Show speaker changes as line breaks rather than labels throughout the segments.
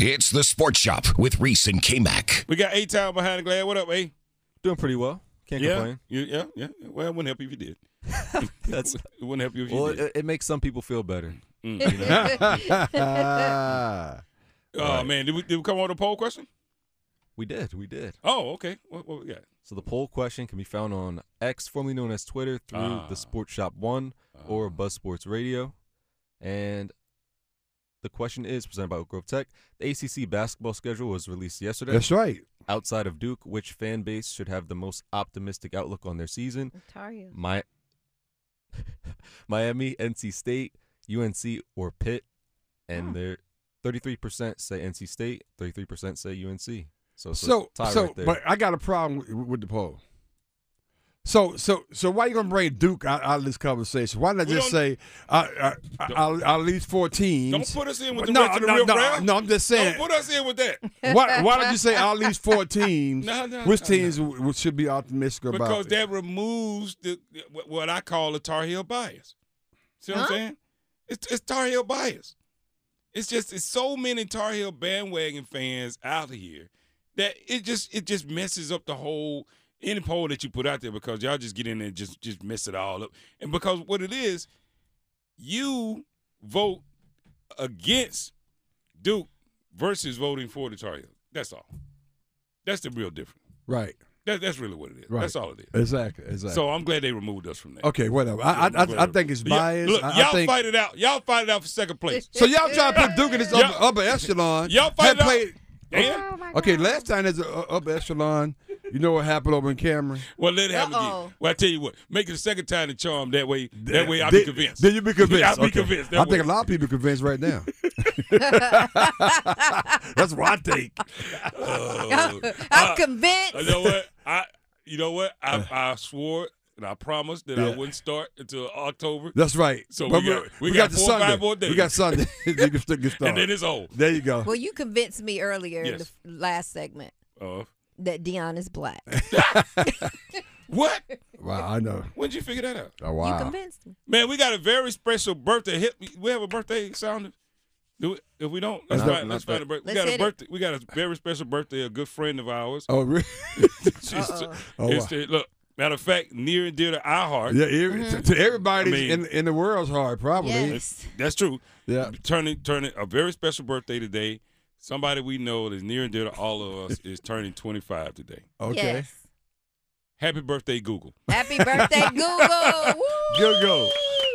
It's the Sports Shop with Reese and K Mac.
We got A Town behind the glass. What up, A?
Doing pretty well. Can't
yeah,
complain.
You- yeah, yeah. Well, it wouldn't help you if you did.
That's
It wouldn't help you if you
well.
did.
It, it makes some people feel better.
Mm, you know.
Ah,
oh man, did we, did we come on the poll question?
we did. We did.
Oh, okay. What, what we got?
So the poll question can be found on X, formerly known as Twitter, through
Ah.
the Sports Shop One or Buzz Sports Radio, and the question is presented by Oak Grove Tech. The ACC basketball schedule was released yesterday.
That's right.
Outside of Duke, which fan base should have the most optimistic outlook on their season?
Ontario.
My Miami, NC State, UNC, or Pitt, and they're thirty-three percent say NC State, thirty-three percent say UNC. So it's a
So,
tie
so,
right there.
but I got a problem with, with the poll. So, so, so, why you gonna bring Duke out, out of this conversation? Why not
We
just
don't-
say uh, uh, uh, at least four teams?
Don't put us in with the
no,
rest of the
no,
real
no,
crowd.
no, I'm just saying.
Don't put us in with that
why, why don't you say at least four teams?
No, no,
which
no,
teams w- w- should be optimistic
because
about? it?
that removes the what- what I call a Tar Heel bias. See what
Huh?
I'm saying? It's, it's Tar Heel bias. It's just it's so many Tar Heel bandwagon fans out here that it just it just messes up the whole any poll that you put out there because y'all just get in there and just just mess it all up. And because what it is, you vote against Duke versus voting for the Tar Heel. That's all. That's the real difference.
right,
That, that's really what it is.
Right.
That's all it is.
exactly, exactly.
So I'm glad they removed us from that.
okay, whatever. I, I,
I'm glad
I, I
they-
think it's
Yeah,
biased.
Look,
I- I
y'all
think-
fight it out. Y'all fight it out for second place.
So y'all trying to put Duke in this
Y'all-
upper, upper echelon?
y'all fight
Had
it out.
played-
Uh-huh. Oh,
And
Okay, last time there's an upper echelon. You know what happened over in Cameron?
well, let it happen again.
Uh-oh.
Well, I tell you what, make it a second time the charm. That way, that way I'll
Then-
be convinced.
Then you be convinced.
I'll be
Okay.
convinced. That
I think
way.
a lot of people convinced right now. That's what I think.
Oh.
I'm
Uh, you
convinced.
know what? I, you know what? I, I swore and I promised that I
Yeah.
wouldn't start until October,
That's right.
So
But
we got- we got
the
four or
Sunday.
five more days.
We got Sunday. you can still get started.
and then it's old.
there you go.
Well, you convinced me earlier in the
Yes.
f- last segment
Uh-huh.
Uh,
that Dion is black.
what?
Wow, I know.
When'd you figure that out?
Oh,
You
wow.
convinced me.
Man, we got a very special birthday. Hit, we have a birthday sound. Do it. If we don't, let's
That's
find,
not-
let's
not
find a birthday. We
Let's
got a
hit it.
birthday. We got a very special birthday. A good friend of ours.
Oh, really?
She's-
Oh,
it's
wow.
the- look, matter of fact, near and dear to our heart.
Yeah, every- to, to everybody
I mean-
in, in the world's heart, probably.
Yes.
That's true.
Yeah.
Turning, turning a very special birthday today. Somebody we know that is near and dear to all of us is turning 25 today.
Okay.
Yes.
Happy birthday, Google.
Happy birthday, Google. Woo!
Go, go.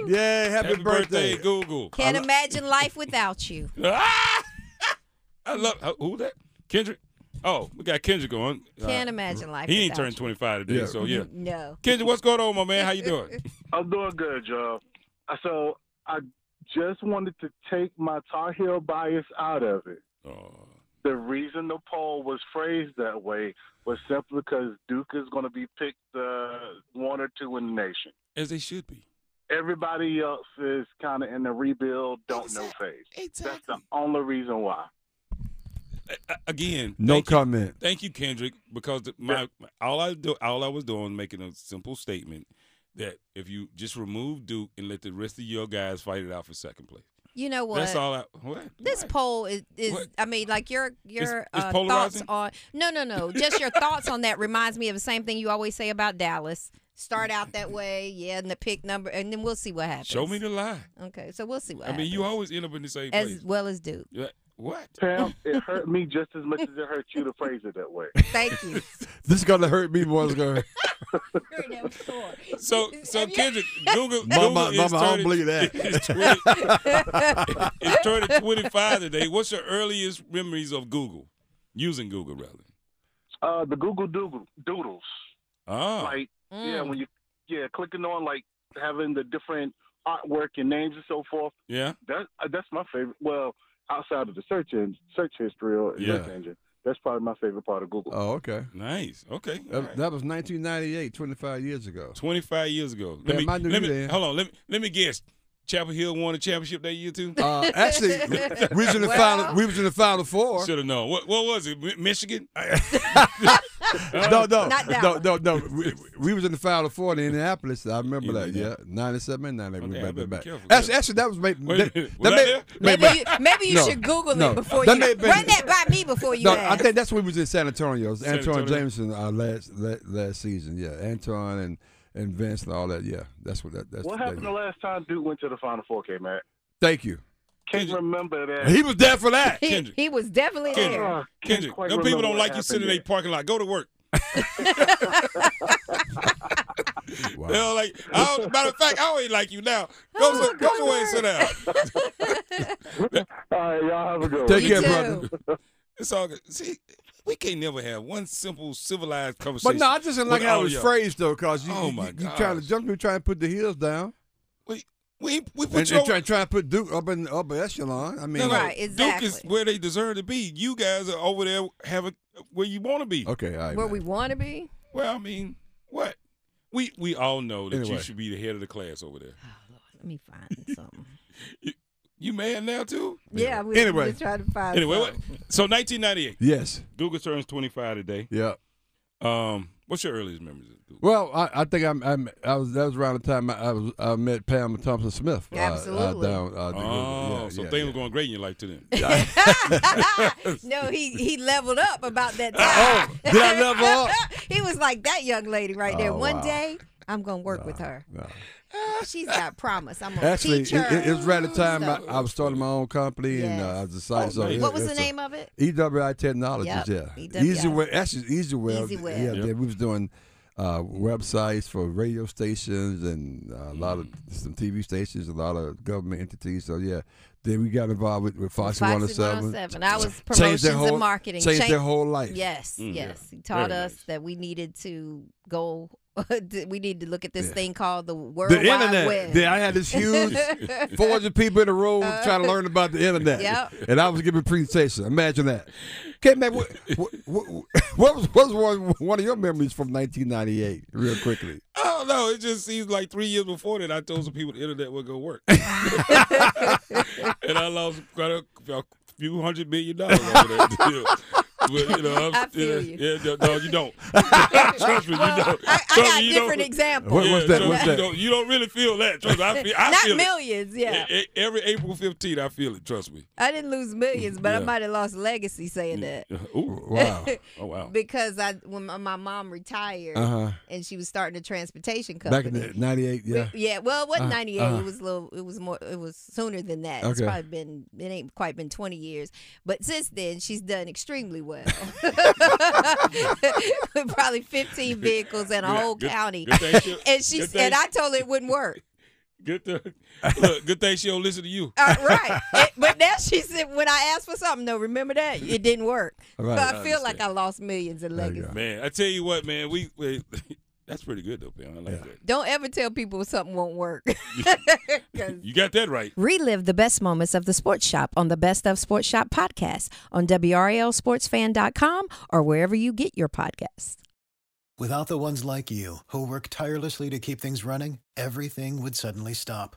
Yeah, happy, birthday.
Google.
Can't imagine life without you.
Ah! I love uh, who that Kendrick. Oh, we got Kendrick on. Uh,
Can't imagine life.
he ain't
without Mm-hmm.
turned 25 today,
Yeah.
so
you.
Oh, yeah.
No.
Kendrick, what's going on, my man? How you doing?
I'm doing good, Joe. So I just wanted to take my Tar Heel bias out of it.
Oh,
The reason the poll was phrased that way was simply because Duke is going to be picked uh, one or two in the nation.
as they should be.
Everybody else is kind of in the rebuild, don't know phase. That's the only reason why.
A- again,
No
thank you-
comment.
Thank you, Kendrick, because the- my all I do, all I was doing was making a simple statement that if you just remove Duke and let the rest of your guys fight it out for second place,
You know what?
that's all I. What?
This
What?
poll is, is
What?
I mean, like your your
it's
uh, thoughts
polarizing?
on no, no, no. Just your thoughts on that reminds me of the same thing you always say about Dallas. Start out that way, yeah, and the pick number, and then we'll see what happens.
Show me the lie.
Okay, so we'll see what.
I mean, you
happens.
always end up in the same
as
place.
well as Duke.
Yeah, What?
Pam, it hurt me just as much as it hurt you to phrase it that way.
Thank you.
This is going to hurt me more. than It's gonna hurt.
Very damn sure.
So, so
Have you-
Kendrick, Google,
Mama,
Google is
mama, I don't
turning-
believe that.
It's 20 it's turning 25 today. What's your earliest memories of Google? Using Google, rather.
Uh, the Google Doodle, Doodles.
Ah,
Like, yeah,
Mm.
when you, yeah, clicking on, like, having the different artwork and names and so forth.
yeah.
That uh, that's my favorite. Well, outside of the search engine, search history or
Yeah.
search engine. That's probably my favorite part of Google.
Oh, okay.
Nice. Okay.
That, Uh, that was 1998, 25 years ago.
Twenty five years ago.
Yeah,
Let me,
mine do
let me
that.
hold on. Let me let me guess. Chapel Hill won a championship that year too.
Uh, actually, we was in the
Well-
final. We was in the final four.
Should have known. What what was it? Mi- Michigan.
Uh,
No, no,
Not that
no,
one.
no, no. We, we was in the final four in Indianapolis. I remember that. Yeah, ninety-seven and ninety-eight.
Okay, I
we back,
better
back,
be
back.
careful,
Actually,
yeah.
actually, that was maybe.
Wait a
that,
minute, was I
that
there?
may,
Maybe you, maybe you
No,
should Google
no.
it before
That
you
may have been-
run that by me before you.
no, I
ask.
think that's when we was in San Antonio. It was
San
Antoine
Antonio.
Jameson uh, last, last last season. Yeah, Antoine and and Vince and all that. Yeah, that's what that. That's
What
that-
happened the last time Duke went to the Final Four, K Mac?
Thank you.
Can't
Kendrick-
remember that.
He was there for that.
he,
Kendrick.
he was definitely
Kendrick.
there.
Uh, can't
Kendrick,
quite
them people
remember
don't
what
like you
happened
sitting in
there.
a parking lot. Go to work.
Wow.
They don't like. I don't, matter of fact, I don't even like you now. Go
Oh,
so-
go
go away and sit down.
All right, y'all have a good one.
Take
You
care,
too.
brother.
It's all good. See, we can't never have one simple civilized conversation.
But no, I just didn't like
with
how
all
it was
y'all.
phrased though, cause you,
Oh,
you,
my
you, you trying to
gosh.
jump, you trying to put the heels down,
We we, we put
and,
your
and trying try to put Duke up in the upper echelon. I mean,
no. Right,
Duke is
exactly.
where they deserve to be. You guys are over there having where you want to be.
okay, all right.
Where
man.
we want to be.
Well, I mean, what? We we all know that you
Anyway.
should be the head of the class over there.
Oh, Lord, let me find something.
You mad now too?
yeah. We,
Anyway.
we trying to find.
Anyway, what,
something.
so 1998,
Yes.
Google turns 25 today.
Yeah.
Um, what's your earliest memories of Google?
Well, I, I think I'm, I'm. I was. That was around the time I, I, was, I met Pamela Thompson Smith. uh,
Absolutely.
Uh, down, uh, the-
Oh,
yeah,
so
yeah,
things
yeah.
were going great in your life to them.
no, he he leveled up about that time.
Uh, oh, Did I level up?
he was like that young lady right there.
Oh,
One
wow.
day I'm gonna work with her.
no.
She's got promise. I'm gonna
Actually,
teach
it,
her.
it, it was around the time I,
stuff.
I was starting my own company, and
Yes.
uh, I decided. so
nice.
it-
what was the
it's a-
name of it?
EWI E Technologies,
Yep,
yeah.
EWI.
Easy Web, actually Easy Web.
E Easy Web.
Yeah,
Yep.
yeah, we was doing uh, websites for radio stations and uh, a lot of
Mm.
some TV stations, a lot of government entities. So yeah, then we got involved with, with Foxy,
Foxy
107.
107. I was
Changed their
promotions and
whole-
marketing.
Changed
Change-
their whole life.
Yes,
Mm, yeah.
yes. He taught
Very
us
nice.
that we needed to go. that we need to look at this
Yeah.
thing called the World
The
Wide
internet.
Web.
Then I had this huge 400 people in a room trying to learn about the internet.
Uh-huh. Yep.
And I was giving presentations. Imagine that. Okay, man, what, what, what, what was, what was one, one of your memories from 1998, real quickly?
I don't know. It just seems like three years before that, I told some people the internet would go work, and I lost quite a, a few hundred million dollars over that deal. But, you know, I'm,
I feel
yeah,
you.
Yeah, no, you don't. Trust me, you
Well,
don't.
I, I
Trust
got
me, you
different
don't.
examples.
What-
Yeah,
what's that?
trust
What's
me,
that?
You don't, you don't really feel that. Trust me, I feel, I
Not
feel it.
millions, yeah.
E- e- Every April 15th, I feel it. Trust me.
I didn't lose millions, but I
Yeah.
might have lost legacy
Mm,
saying that.
Ooh.
Wow.
Oh, wow.
Because I when my- my mom retired
Uh-huh.
and she was starting a transportation
Back
company.
in the 98, yeah.
We- yeah, well, it wasn't
Uh,
98.
uh.
it was a little. It was more. It was sooner than that. It's
Okay.
probably been. It ain't quite been 20 years, but since then she's done extremely well. probably 15 vehicles in a
Good-
whole
good-
county.
Good thing she,
and she
good thing,
and I told her it wouldn't work.
good, thing, look, good thing she don't listen to you.
Uh, right, And- but now she said when I asked for something, no, remember that it didn't work.
Right,
so
I
I, feel like I lost millions in
There you
legacy.
go.
Man, I tell you what, man, we, we that's pretty good though, Pam. I like
Don't ever tell people something won't work. 'Cause-
that. You got that right.
Relive the best moments of the Sports Shop on the Best of Sports Shop podcast on WRLSportsFan.com or wherever you get your podcasts.
Without the ones like you, who work tirelessly to keep things running, everything would suddenly stop.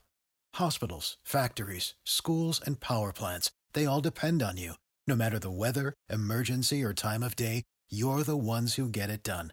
Hospitals, factories, schools, and power plants, they all depend on you. No matter the weather, emergency, or time of day, you're the ones who get it done.